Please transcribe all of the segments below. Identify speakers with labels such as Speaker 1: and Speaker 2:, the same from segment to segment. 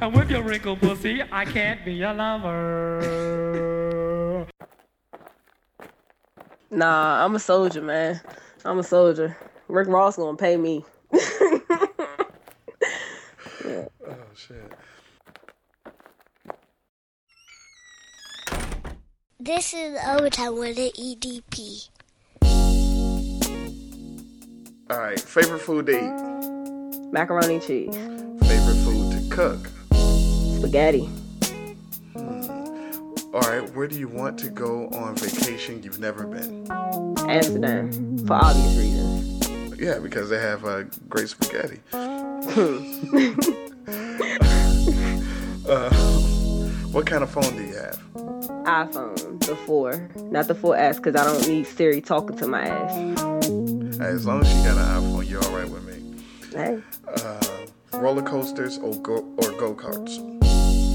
Speaker 1: wrinkle pussy. I can't be a lover.
Speaker 2: Nah, I'm a soldier, man. I'm a soldier. Rick Ross gonna pay me.
Speaker 3: Oh shit.
Speaker 4: This is overtime with the EDP.
Speaker 3: All right. Favorite food to eat.
Speaker 2: Macaroni and cheese,
Speaker 3: Favorite food to cook.
Speaker 2: spaghetti.
Speaker 3: All right. Where do you want to go on vacation you've never been?
Speaker 2: Amsterdam, for obvious reasons.
Speaker 3: Yeah, because they have uh, great spaghetti.
Speaker 2: Hmm.
Speaker 3: uh, what kind of phone do you have?
Speaker 2: iPhone, the four, not the 4S, because I don't need Siri talking to my ass.
Speaker 3: Hey, as long as you got an iPhone, you're all right with me.
Speaker 2: Hey,
Speaker 3: Uh, roller coasters or go or go karts?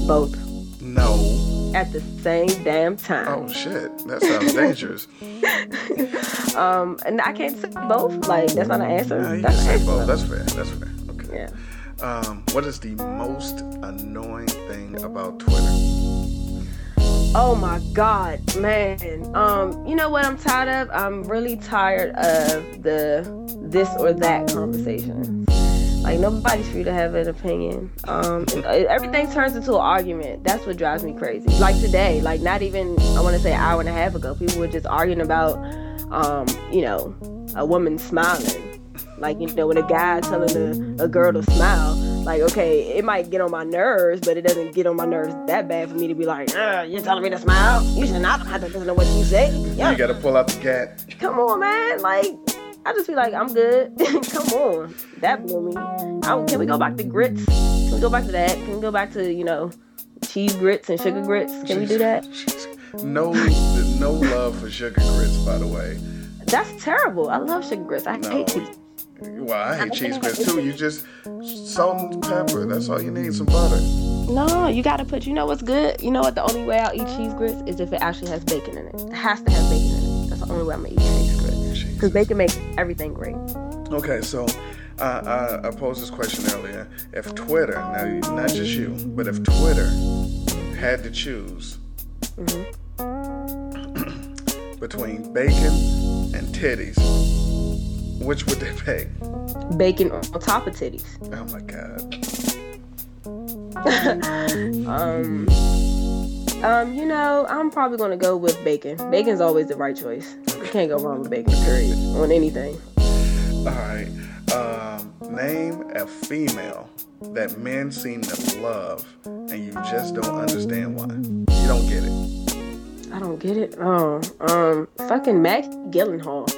Speaker 2: both
Speaker 3: No.
Speaker 2: at the same damn time.
Speaker 3: Oh shit, that sounds dangerous.
Speaker 2: Um, and I can't say both. Like that's not an answer.
Speaker 3: Nah, Oh. you can
Speaker 2: that's an
Speaker 3: say
Speaker 2: answer.
Speaker 3: both. That's fair. That's fair.
Speaker 2: yeah.
Speaker 3: Okay. Um, what is the most annoying thing about Twitter?
Speaker 2: Oh my god, man. Um, you know what I'm tired of? I'm really tired of the this or that conversation. Like nobody's free to have an opinion. Um, and everything turns into an argument. That's what drives me crazy. Like today, like not even I want to say an hour and a half ago, people were just arguing about, um, you know, a woman smiling. Like you know, when a guy telling a, a girl to smile, like okay, it might get on my nerves, but it doesn't get on my nerves that bad for me to be like, "Uh, you're telling me to smile. You should not have to listen to what you say. Yeah,
Speaker 3: You gotta pull out the gat.
Speaker 2: come on, man. Like, I just be like, I'm good. come on. That blew me. I, can we go back to grits? Can we go back to that? Can we go back to, you know, cheese grits and sugar grits? Can we do that?
Speaker 3: No, no love for sugar grits, by the way.
Speaker 2: That's terrible. I love sugar grits. I
Speaker 3: No.
Speaker 2: hate cheese.
Speaker 3: Well, I hate cheese grits too. You just salt and pepper. That's all you need. Some butter.
Speaker 2: No, you gotta put, you know what's good? You know what? The only way I'll eat cheese grits is if it actually has bacon in it. It has to have bacon in it. That's the only way I'm gonna eat cheese grits. Because
Speaker 3: Jesus.
Speaker 2: bacon makes everything great.
Speaker 3: Okay, so uh, I, I posed this question earlier. If Twitter, now not just you, but if Twitter had to choose
Speaker 2: Mm-hmm.
Speaker 3: between bacon and titties, which would they pick?
Speaker 2: Bacon on top of titties.
Speaker 3: Oh my god.
Speaker 2: Um, um, you know, I'm probably gonna go with bacon. Bacon's always the right choice. You can't go wrong with bacon, period, on anything.
Speaker 3: All right. Um, name a female that men seem to love, and you just don't understand why. You don't get it.
Speaker 2: I don't get it. Oh, um, fucking Maggie Gyllenhaal.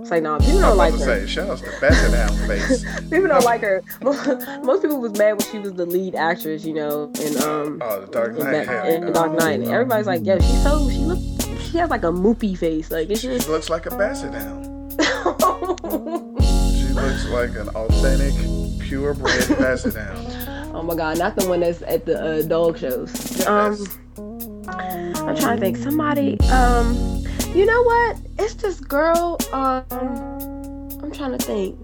Speaker 2: It's like, nah, people don't like
Speaker 3: I was
Speaker 2: her.
Speaker 3: gonna say, shouts to Bethlehem face.
Speaker 2: People don't like her. Most people was mad when she was the lead actress, you know, and um,
Speaker 3: Oh, the Dark
Speaker 2: in,
Speaker 3: Knight.
Speaker 2: that,
Speaker 3: hell
Speaker 2: in
Speaker 3: no.
Speaker 2: The Dark Knight.
Speaker 3: No.
Speaker 2: Everybody's like, yo, she's so she look, she has like a moopy face, like it's
Speaker 3: She
Speaker 2: just.
Speaker 3: looks like a basset hound. She looks like an authentic, purebred basset hound.
Speaker 2: Oh my god, not the one that's at the uh, dog shows. Um,
Speaker 3: Yes.
Speaker 2: I'm trying to think. Somebody, um, you know what? It's this girl. Um, I'm trying to think.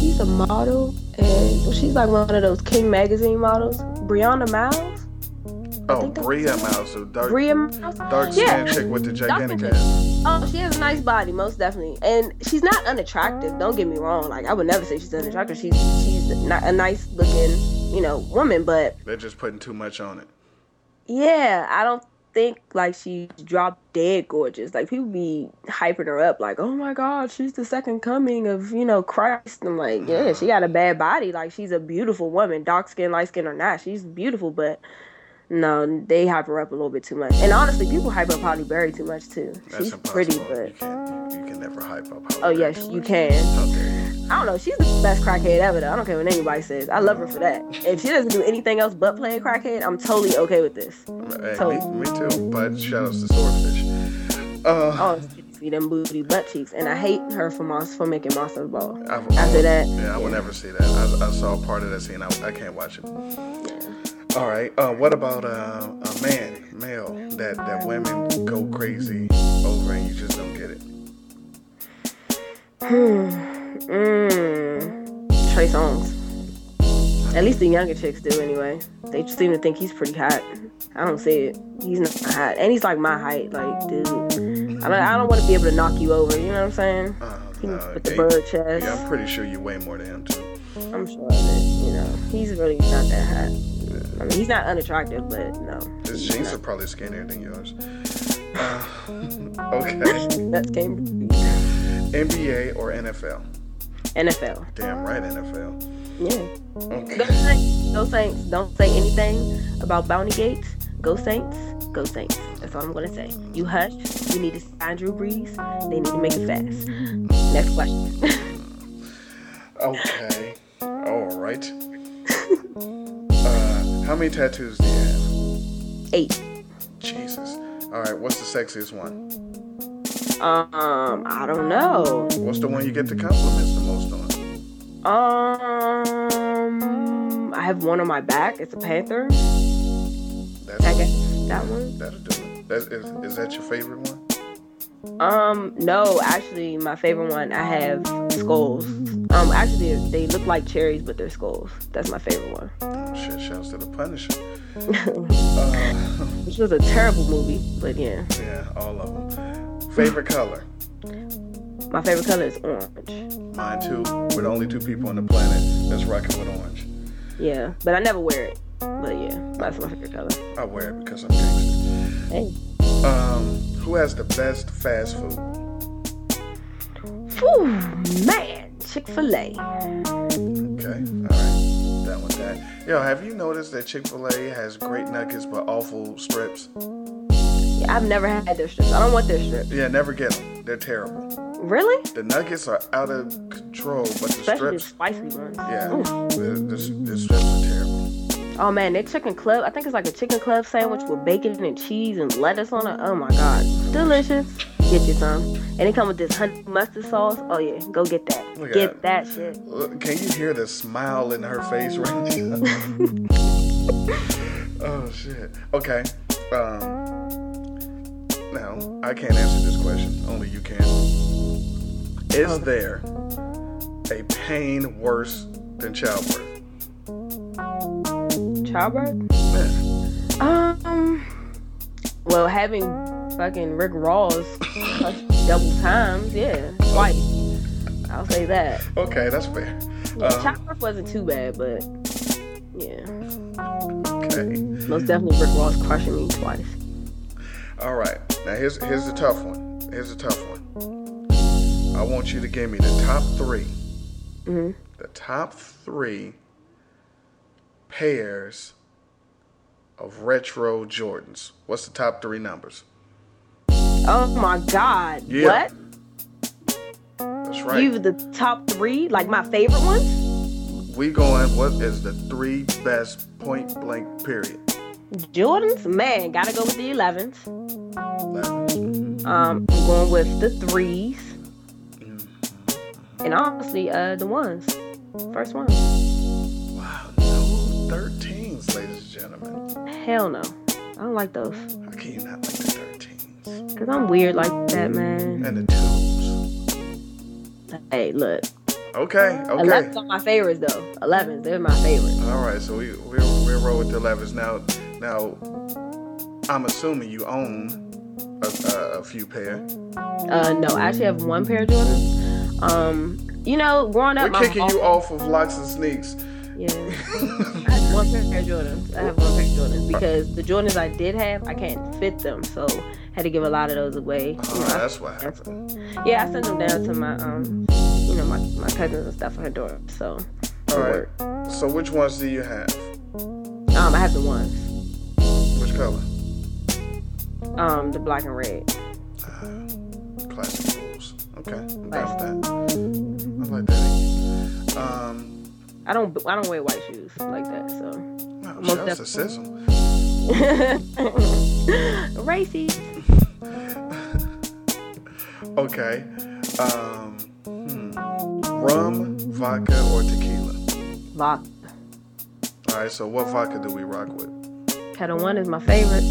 Speaker 2: She's a model, and she's like one of those King magazine models. Brianna Miles.
Speaker 3: Oh,
Speaker 2: think that's-
Speaker 3: Bria Mouse, the dark,
Speaker 2: Bria Miles.
Speaker 3: dark
Speaker 2: yeah.
Speaker 3: skinned chick with the gigantic
Speaker 2: Dark-
Speaker 3: ass.
Speaker 2: Oh, she has a nice body, most definitely, and she's not unattractive. Don't get me wrong. Like I would never say she's unattractive. She's she's not a nice looking, you know, woman, but
Speaker 3: They're just putting too much on it.
Speaker 2: Yeah, I don't think like she's drop dead gorgeous. Like people be hyping her up, like, oh my god, she's the second coming of you know Christ. I'm like, yeah, she got a bad body. Like she's a beautiful woman, dark skin, light skin or not, she's beautiful. But no, they hype her up a little bit too much. And honestly, people hype up Holly Berry too much too.
Speaker 3: That's
Speaker 2: she's
Speaker 3: impossible.
Speaker 2: pretty,
Speaker 3: you,
Speaker 2: but
Speaker 3: can't, you, you can never hype up. Holly
Speaker 2: oh
Speaker 3: Berry
Speaker 2: yes,
Speaker 3: too
Speaker 2: you
Speaker 3: much.
Speaker 2: can.
Speaker 3: How dare you?
Speaker 2: I don't know. She's the best crackhead ever. Though. I don't care what anybody says. I love her for that. If she doesn't do anything else but play a crackhead, I'm totally okay with this.
Speaker 3: Hey,
Speaker 2: So-
Speaker 3: me, me too, but shout outs to Swordfish. Uh,
Speaker 2: Oh, she see them booty butt cheeks, and I hate her for Mons for making Monster Ball.
Speaker 3: I- I
Speaker 2: After
Speaker 3: won't-
Speaker 2: that,
Speaker 3: yeah, I will never see that. I, I saw part of that scene. I, I can't watch it. All right. Uh, what about uh, a man, male, that that women go crazy over, and you just don't get it?
Speaker 2: mm, Trey Songs. At least the younger chicks do anyway. They seem to think he's pretty hot. I don't see it. He's not hot, and he's like my height. Like, dude, I don't, I don't want to be able to knock you over. You know what I'm saying?
Speaker 3: Oh,
Speaker 2: He
Speaker 3: no,
Speaker 2: needs to put the
Speaker 3: yeah,
Speaker 2: bird
Speaker 3: yeah, I'm
Speaker 2: chest.
Speaker 3: pretty sure you weigh more than him too.
Speaker 2: I'm sure of it. You know, he's really not that hot. I mean, he's not unattractive, but no.
Speaker 3: His
Speaker 2: he's
Speaker 3: jeans
Speaker 2: not.
Speaker 3: are probably skinnier than yours. Uh, okay,
Speaker 2: That's game.
Speaker 3: NBA or NFL?
Speaker 2: NFL.
Speaker 3: Damn right, NFL.
Speaker 2: Yeah. Go
Speaker 3: Okay.
Speaker 2: Saints. Go Saints. Don't say anything about Bounty Gates. Go Saints. Go Saints. That's all I'm gonna say. You hush. You need to sign Drew Brees. They need to make it fast. Next question.
Speaker 3: Okay. All right. Uh, how many tattoos do you have?
Speaker 2: Eight.
Speaker 3: Jesus. All right. What's the sexiest one?
Speaker 2: Um, I don't know.
Speaker 3: What's the one you get the compliments the most on?
Speaker 2: Um, I have one on my back. It's a panther.
Speaker 3: That's
Speaker 2: I guess that one.
Speaker 3: That'll do it. That, is, is that your favorite one?
Speaker 2: Um, no, actually, my favorite one. I have skulls. Um, actually, they look like cherries, but they're skulls. That's my favorite one.
Speaker 3: Shit, shouts to the Punisher. Uh,
Speaker 2: Which was a terrible movie, but yeah.
Speaker 3: yeah, all of them. Favorite color?
Speaker 2: My favorite color is orange.
Speaker 3: Mine too. We're the only two people on the planet that's rocking with orange.
Speaker 2: Yeah, but I never wear it. But yeah, that's my favorite color.
Speaker 3: I wear it because I'm gangster.
Speaker 2: Hey.
Speaker 3: Um, who has the best fast food?
Speaker 2: Whew, man, Chick Fil A.
Speaker 3: Okay, all right. That one, that. Yo, have you noticed that Chick Fil A has great nuggets but awful strips?
Speaker 2: Yeah, I've never had their strips. I don't want their strips.
Speaker 3: Yeah, never get them. They're terrible.
Speaker 2: Really?
Speaker 3: The nuggets are out of control, but the
Speaker 2: Especially the
Speaker 3: strips,
Speaker 2: spicy ones.
Speaker 3: yeah,
Speaker 2: Ooh.
Speaker 3: the, the, the strips are terrible.
Speaker 2: Oh man, their chicken club. I think it's like a chicken club sandwich with bacon and cheese and lettuce on it. Oh my god, delicious. Get you some. And it come with this honey mustard sauce. Oh yeah, go get that.
Speaker 3: Look at
Speaker 2: get that shit.
Speaker 3: Look, Can you hear the smile in her face right now? oh shit. Okay. Um. Now I can't answer this question. Only you can. Is there a pain worse than childbirth?
Speaker 2: Childbirth.
Speaker 3: Yeah.
Speaker 2: Um. Well, having fucking Rick Ross cussed double times, yeah, twice. I'll say that.
Speaker 3: Okay, that's fair.
Speaker 2: Yeah,
Speaker 3: Um,
Speaker 2: childbirth wasn't too bad, but yeah,
Speaker 3: Mm-hmm. okay.
Speaker 2: most definitely Rick Ross crushing me twice.
Speaker 3: All right. Now here's here's the tough one. Here's the tough one. I want you to give me the top three.
Speaker 2: Mhm.
Speaker 3: The top three pairs of retro Jordans. What's the top three numbers?
Speaker 2: Oh my God!
Speaker 3: Yeah.
Speaker 2: What?
Speaker 3: That's right.
Speaker 2: You the top three, like my favorite ones?
Speaker 3: we going. What is the three best point blank period?
Speaker 2: Jordan's man, gotta go with the 11s.
Speaker 3: Eleven.
Speaker 2: Um, I'm going with the threes, and honestly, uh, the ones, first one.
Speaker 3: Wow, no thirteens, ladies and gentlemen.
Speaker 2: Hell no, I don't like those,
Speaker 3: How can you not like the thirteens
Speaker 2: cause I'm weird like that, man.
Speaker 3: and the twos?
Speaker 2: Hey, look,
Speaker 3: Okay, okay.
Speaker 2: 11s are my favorites though. 11s, they're my favorite.
Speaker 3: All right, so we we we roll with the levers now. Now, I'm assuming you own a, a, a few pair.
Speaker 2: Uh, no, I actually have one pair of Jordans. Um, you know, growing
Speaker 3: We're
Speaker 2: up, my
Speaker 3: kicking
Speaker 2: mom-
Speaker 3: you off of locks and sneaks.
Speaker 2: Yeah. I have one pair of Jordans. I have one pair of Jordans because the Jordans I did have, I can't fit them, so had to give a lot of those away.
Speaker 3: Oh, that's what happened.
Speaker 2: Yeah, I sent them down to my um, you know, my, my cousins and stuff in her dorm. So,
Speaker 3: All right. So which ones do you have?
Speaker 2: um, I have the ones,
Speaker 3: Which color?
Speaker 2: um, the black and red.
Speaker 3: Uh, classic rules. Okay, I'm down with that. I like that. Um,
Speaker 2: I don't I don't wear white shoes like that. So,
Speaker 3: no,
Speaker 2: Most
Speaker 3: shouts to
Speaker 2: definitely.
Speaker 3: Sism.
Speaker 2: racy.
Speaker 3: Okay. Um, hmm. Rum, vodka, or tequila?
Speaker 2: Vodka.
Speaker 3: All right. So what vodka do we rock with?
Speaker 2: Kettle One is my favorite.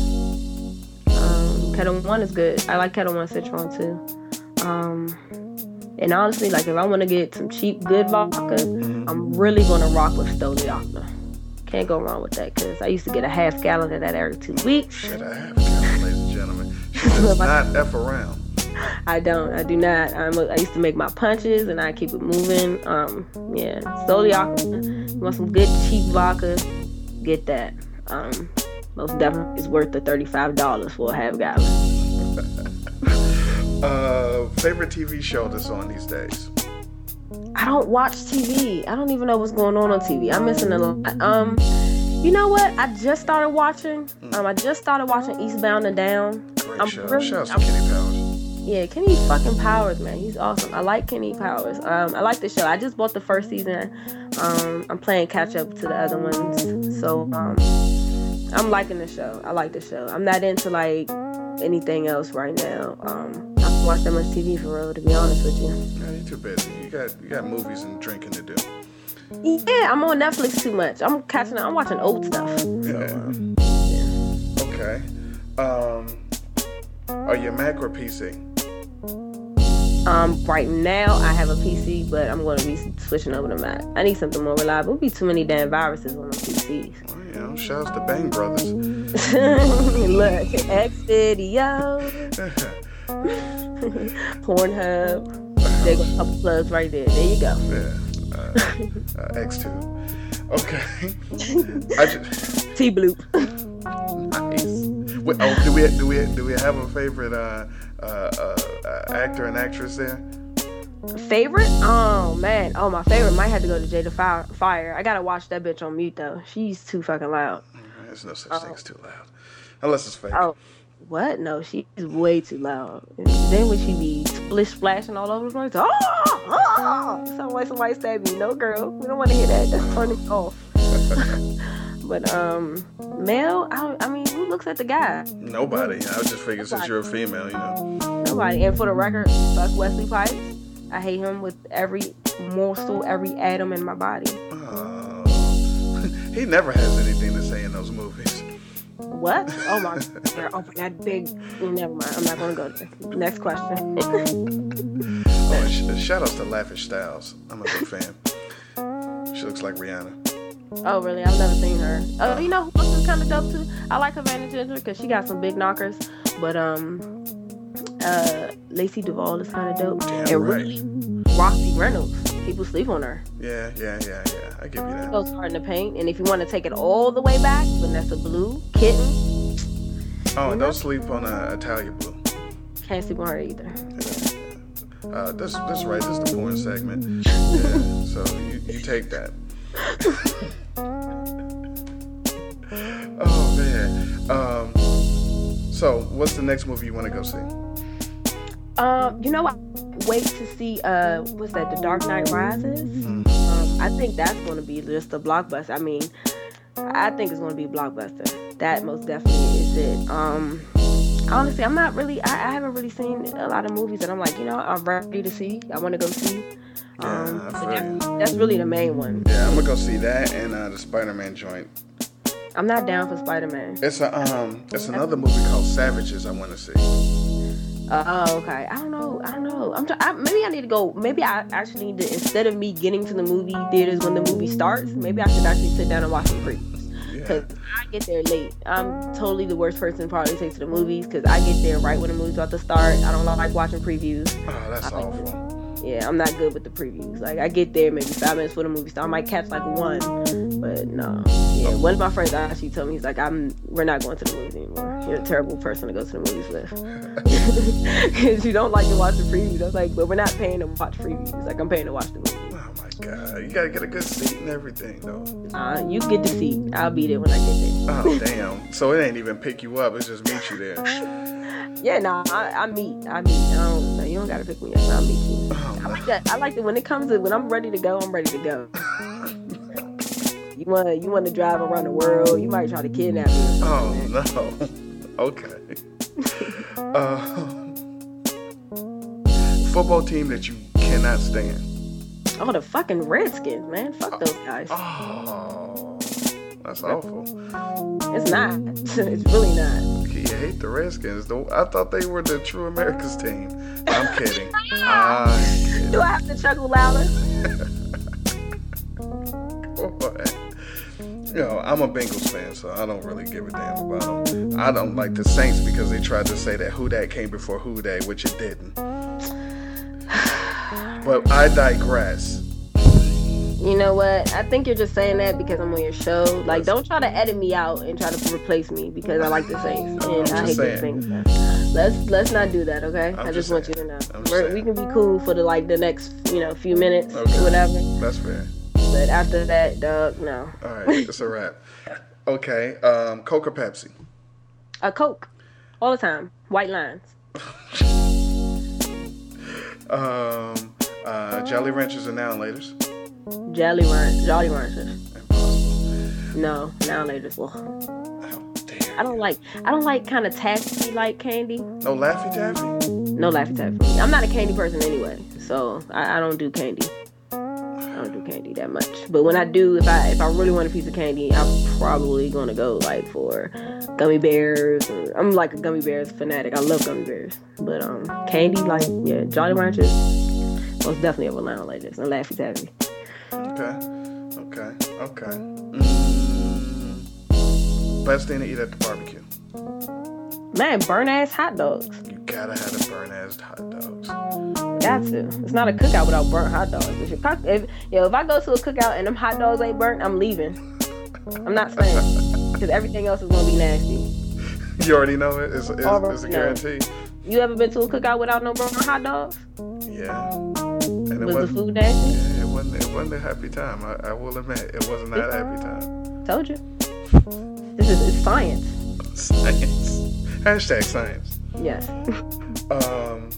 Speaker 2: Um, Kettle One is good. I like Kettle One Citron too. Um, and honestly, like if I want to get some cheap good vodka, I'm really gonna rock with Stoli Vodka. Can't go wrong with that because I used to get a half gallon of that every two weeks.
Speaker 3: Did I have a count, ladies and gentlemen? She does not F around.
Speaker 2: I don't. I do not. I'm a, I used to make my punches and I keep it moving. Um, yeah. Solely alcohol. You want some good cheap vodka? Get that. Um, most definitely it's worth the thirty-five dollars for a half gallon.
Speaker 3: Uh, favorite TV show that's on these days?
Speaker 2: I don't watch TV. I don't even know what's going on on TV. I'm missing a lot. Um, you know what? I just started watching. Um, I just started watching Eastbound and Down.
Speaker 3: Great
Speaker 2: I'm
Speaker 3: show.
Speaker 2: really-
Speaker 3: Shout out
Speaker 2: I'm-
Speaker 3: to Kenny Powers.
Speaker 2: Yeah, Kenny fucking Powers, man. He's awesome. I like Kenny Powers. Um, I like the show. I just bought the first season. Um, I'm playing catch up to the other ones. So um, I'm liking the show. I like the show. I'm not into like anything else right now. Um, I don't watch that much TV for real, to be honest with you.
Speaker 3: Yeah, you're too busy. You got you got movies and drinking to do.
Speaker 2: Yeah, I'm on Netflix too much. I'm catching up. I'm watching old stuff.
Speaker 3: Yeah. Okay. Um, are you Mac or PC?
Speaker 2: Um, right now I have a PC, but I'm going to be switching over to Mac. I need something more reliable. It'd be too many damn viruses on my PCs.
Speaker 3: Well, you know, shout out to Bang Brothers.
Speaker 2: Look, X video, Pornhub. They got a couple plugs right there. There you go.
Speaker 3: yeah. Uh, uh, X2. Okay. I just.
Speaker 2: T bloop.
Speaker 3: Nice. Wait, oh, do we do we do we have a favorite uh, uh, uh, uh, actor and actress there?
Speaker 2: favorite? Oh man. Oh my favorite might have to go to Jada Fire. Fire. I gotta watch that bitch on mute though. She's too fucking loud.
Speaker 3: There's no such thing as too loud, unless it's fake.
Speaker 2: Oh. What? No, she's way too loud. And then when she be splish splashing all over the place, oh, oh, sound like somebody stabbed me. No, girl, we don't want to hear that. That's turning off. but um, male. I, I mean, who looks at the guy?
Speaker 3: Nobody. I just figured since you're a female, you know.
Speaker 2: Nobody. And for the record, fuck Wesley Pipes. I hate him with every morsel, every atom in my body.
Speaker 3: Oh. he never has anything to say in those movies.
Speaker 2: What? Oh my! They're open that big. Never mind. I'm not gonna go there. Next question.
Speaker 3: Oh, and sh- shout outs to Lavish Styles. I'm a big fan. She looks like Rihanna.
Speaker 2: Oh really? I've never seen her. Oh, you know who else is kind of dope too? I like Havana Ginger because she got some big knockers. But um, uh, Lacey Duvall is kind of dope.
Speaker 3: Damn
Speaker 2: and
Speaker 3: right.
Speaker 2: really, Roxy Reynolds. People sleep on her.
Speaker 3: Yeah, yeah, yeah, yeah. I give you that.
Speaker 2: Goes hard in the paint. And if you want to take it all the way back, Vanessa Blue, Kitten,
Speaker 3: Oh, and don't sleep on uh, Italia Blue.
Speaker 2: can't sleep on her either.
Speaker 3: Uh, that's that's right. That's the porn segment. Yeah, so you, you take that. oh man. Um, so what's the next movie you want to go see?
Speaker 2: Um, you know, I wait to see uh, what's that? The Dark Knight Rises. Um, I think that's going to be just a blockbuster. I mean, I think it's going to be a blockbuster. That most definitely is it. Um, honestly, I'm not really. I, I haven't really seen a lot of movies that I'm like, you know, I'm ready to see. I want to go see. Um,
Speaker 3: Yeah, I
Speaker 2: but
Speaker 3: feel
Speaker 2: that-
Speaker 3: you.
Speaker 2: that's really the main one.
Speaker 3: Yeah, I'm gonna go see that and uh, the Spider-Man joint.
Speaker 2: I'm not down for Spider Man.
Speaker 3: It's a um, it's another movie called Savages. I want to see.
Speaker 2: Uh, oh, okay. I don't know. I don't know. I'm. Try- I, maybe I need to go. Maybe I actually need to instead of me getting to the movie theaters when the movie starts, maybe I should actually sit down and watch some previews. Cause I get there late. I'm totally the worst person probably to take to the movies because I get there right when the movie's about to start. I don't like watching previews.
Speaker 3: Oh, that's awful.
Speaker 2: Yeah, I'm not good with the previews. Like I get there maybe five minutes before the movie start. I might catch like one, but no. Yeah, one of my friends actually told me he's like, "I'm we're not going to the movies anymore. You're a terrible person to go to the movies with because you don't like to watch the previews." I was like, "But we're not paying to watch previews. Like I'm paying to watch the movie.
Speaker 3: Oh my god, you gotta get a good seat and everything though.
Speaker 2: Uh, you get to see. I'll be there when I get
Speaker 3: Oh damn. So it ain't even pick you up. It just meet you there.
Speaker 2: there." Yeah, nah, I, I meet. I meet. I don't know. You don't gotta pick me up. I'll meet you. I
Speaker 3: Oh,
Speaker 2: like that. I like that. When it comes to when I'm ready to go, I'm ready to go. You want you want to drive around the world. You might try to kidnap me. or
Speaker 3: Oh
Speaker 2: something, man.
Speaker 3: no. Okay. uh, football team that you cannot stand.
Speaker 2: Oh, the fucking Redskins, man. Fuck those guys.
Speaker 3: Oh, that's awful.
Speaker 2: It's not. it's really not.
Speaker 3: You hate the Redskins. Though I thought they were the true America's team. I'm kidding. I'm kidding.
Speaker 2: Do I have to chuckle louder?
Speaker 3: Boy. you know, I'm a Bengals fan, so I don't really give a damn about them. I don't like the Saints because they tried to say that who that came before who that, which it didn't. But I digress.
Speaker 2: You know what? I think you're just saying that because I'm on your show. Like, don't try to edit me out and try to replace me because I like the Saints
Speaker 3: I'm
Speaker 2: and I
Speaker 3: just
Speaker 2: hate the
Speaker 3: saying.
Speaker 2: Saints. Let's let's not do that, okay? i
Speaker 3: just
Speaker 2: just want you
Speaker 3: saying.
Speaker 2: to know
Speaker 3: I'm just
Speaker 2: We're, we
Speaker 3: saying.
Speaker 2: can be cool for the like the next you know few minutes,
Speaker 3: Okay.
Speaker 2: whatever.
Speaker 3: That's fair.
Speaker 2: But after that, dog, no.
Speaker 3: All right, it's a wrap. Okay, um, Coke or Pepsi?
Speaker 2: A Coke, all the time. White lines.
Speaker 3: Um, uh, Jolly Ranchers and Now and Laters?
Speaker 2: Jolly Ranch, Jolly Ranchers.
Speaker 3: Impossible.
Speaker 2: No, now later. Well,
Speaker 3: How dare
Speaker 2: I don't like. I don't like kind of taffy like candy.
Speaker 3: No Laffy Taffy?
Speaker 2: No Laffy Taffy. I'm not a candy person anyway, so I, I don't do candy. I don't do candy that much. But when I do, if I if I really want a piece of candy, I'm probably gonna go like for gummy bears. Or, I'm like a gummy bears fanatic. I love gummy bears. But um, candy like yeah, Jolly Ranchers. Most definitely over Lionel Legends and Laffy Taffy.
Speaker 3: Okay, okay, okay. Mm, best thing to eat at the barbecue?
Speaker 2: Man, burn ass hot dogs.
Speaker 3: You gotta have the burn ass hot dogs.
Speaker 2: Got to. It's not a cookout without burnt hot dogs. If, your cock- if, yo, if I go to a cookout and them hot dogs ain't burnt, I'm leaving. I'm not staying because everything else is gonna be nasty.
Speaker 3: You already know it. It's, it's,
Speaker 2: Already
Speaker 3: it's a
Speaker 2: know.
Speaker 3: guarantee.
Speaker 2: You ever been to a cookout without no burnt hot dogs?
Speaker 3: Yeah. And
Speaker 2: Was
Speaker 3: it
Speaker 2: the
Speaker 3: wasn't,
Speaker 2: food nasty?
Speaker 3: yeah, it wasn't. It wasn't a happy time. I, I will admit, it was not a happy time.
Speaker 2: Told you. This is it's science.
Speaker 3: Science. Hashtag science.
Speaker 2: Yes.
Speaker 3: Um.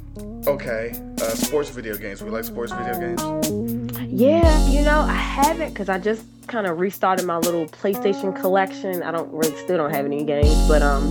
Speaker 3: Okay. Uh, sports video games. We like sports video games.
Speaker 2: Yeah, you know I haven't because I just kind of restarted my little PlayStation collection. I don't really still don't have any games, but um.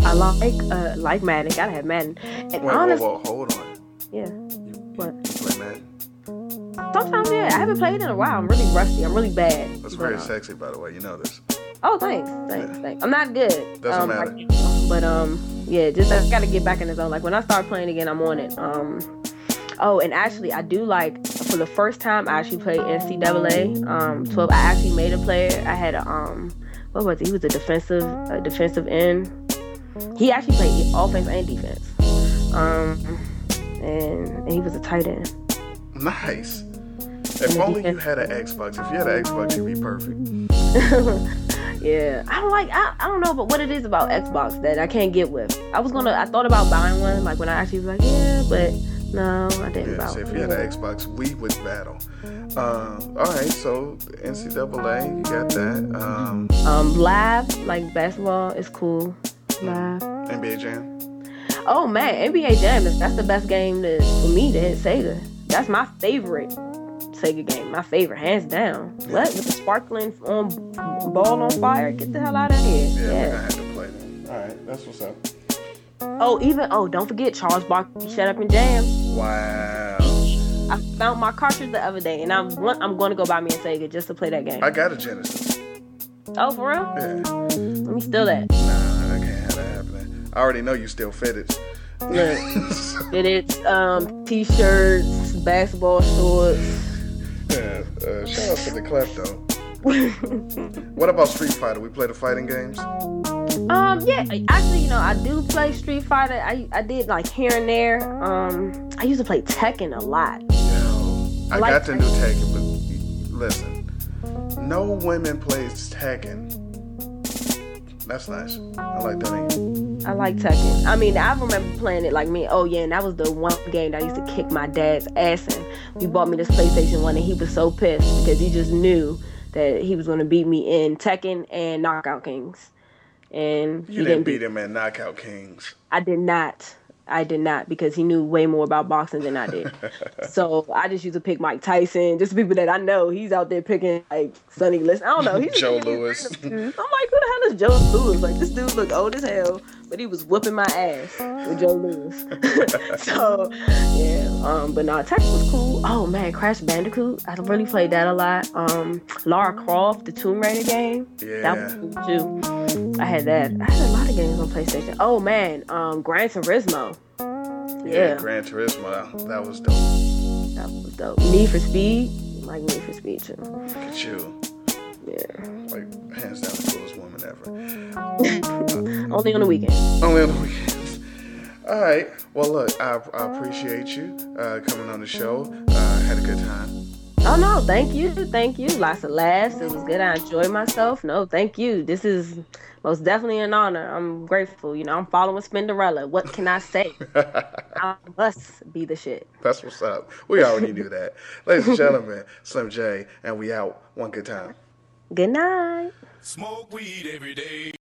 Speaker 2: I like uh, like Madden. Gotta have Madden. And
Speaker 3: Wait,
Speaker 2: honestly,
Speaker 3: whoa, whoa, hold on.
Speaker 2: yeah.
Speaker 3: You,
Speaker 2: What?
Speaker 3: You play Madden?
Speaker 2: Sometimes, yeah. I haven't played in a while. I'm really rusty. I'm really bad.
Speaker 3: That's
Speaker 2: But,
Speaker 3: very
Speaker 2: uh,
Speaker 3: sexy, by the way. You know this.
Speaker 2: Oh, thanks, thanks, thanks. I'm not good.
Speaker 3: Doesn't
Speaker 2: um,
Speaker 3: matter.
Speaker 2: like- but um, yeah, just I gotta get back in the zone. Like when I start playing again, I'm on it. Um, oh, and actually, I do like for the first time I actually played NCAA um 12. I actually made a player. I had a um, what was he? He was a defensive a defensive end. He actually played offense and defense. Um, and, and he was a tight end.
Speaker 3: Nice. If only you had an Xbox. If you had an Xbox, you'd be perfect.
Speaker 2: yeah, I don't like. I, I don't know, but what it is about Xbox that I can't get with. I was gonna. I thought about buying one. Like when I actually was like, yeah, but no, I didn't.
Speaker 3: Yeah,
Speaker 2: about
Speaker 3: see, if you had an Xbox, we would battle. Um, all right, so NCAA, you got that. Um,
Speaker 2: um, live like basketball is cool.
Speaker 3: Mm.
Speaker 2: Live.
Speaker 3: NBA Jam.
Speaker 2: Oh man, NBA Jam is that's the best game to, for me to hit Sega. That's my favorite Sega game. My favorite, hands down. What? With the sparkling on ball on fire? Get the hell out of here.
Speaker 3: Yeah,
Speaker 2: yeah.
Speaker 3: we're gonna have to play that. All right, that's what's up.
Speaker 2: Oh, even oh, don't forget Charles Barkley. Shut up and jam.
Speaker 3: Wow.
Speaker 2: I found my cartridge the other day, and I'm one, I'm going to go buy me a Sega just to play that game.
Speaker 3: I got a Genesis.
Speaker 2: oh, for real?
Speaker 3: Yeah.
Speaker 2: Let me steal that.
Speaker 3: Nah, I can't have that happening. I already know you still fit it.
Speaker 2: Look, and it's um, t-shirts, basketball shorts.
Speaker 3: yeah, uh, shout out to the clap though. What about Street Fighter? We play the fighting games.
Speaker 2: um, yeah, actually, you know, I do play Street Fighter. I I did like here and there. Um, I used to play Tekken a lot.
Speaker 3: Yo, I
Speaker 2: Like-
Speaker 3: got the new Tekken, but listen, no women plays Tekken. That's nice. I like that. name.
Speaker 2: I like Tekken. I mean, I remember playing it like me. Oh yeah, and that was the one game that I used to kick my dad's ass in. He bought me this PlayStation One, and he was so pissed because he just knew that he was gonna beat me in Tekken and Knockout Kings, and
Speaker 3: You didn't beat him at Knockout Kings.
Speaker 2: I did not. I did not because he knew way more about boxing than I did. so I just used to pick Mike Tyson, just people that I know. He's out there picking like Sonny Liston. I don't know. He's
Speaker 3: Joe Louis.
Speaker 2: I'm like, who the hell is Joe Lewis? Like this dude look old as hell, but he was whooping my ass with Joe Lewis. so yeah, um, but no, Texas was cool. Oh man, Crash Bandicoot. I really played that a lot. Um, Lara Croft, the Tomb Raider game. That was
Speaker 3: Yeah.
Speaker 2: cool too. I had that. I had a lot of games on PlayStation. Oh man, um, Gran Turismo. Yeah,
Speaker 3: Gran Turismo. That was dope.
Speaker 2: that was dope. Need for Speed. Like Need for Speed too.
Speaker 3: Look at you.
Speaker 2: Yeah.
Speaker 3: Like hands down the coolest woman ever.
Speaker 2: Only on the weekend.
Speaker 3: Only on the weekends. Oh, All right. Well, look, I, I appreciate you uh, coming on the show. Uh, had a good time.
Speaker 2: Oh no, thank you, thank you. Lots of laughs. It was good. I enjoyed myself. No, thank you. This is most definitely an honor. I'm grateful. You know, I'm following Spinderella. What can I say? I must be the shit.
Speaker 3: That's what's up. We already knew that. Ladies and gentlemen, Slim J, and we out. One good time.
Speaker 2: Good night.
Speaker 5: Smoke weed every day.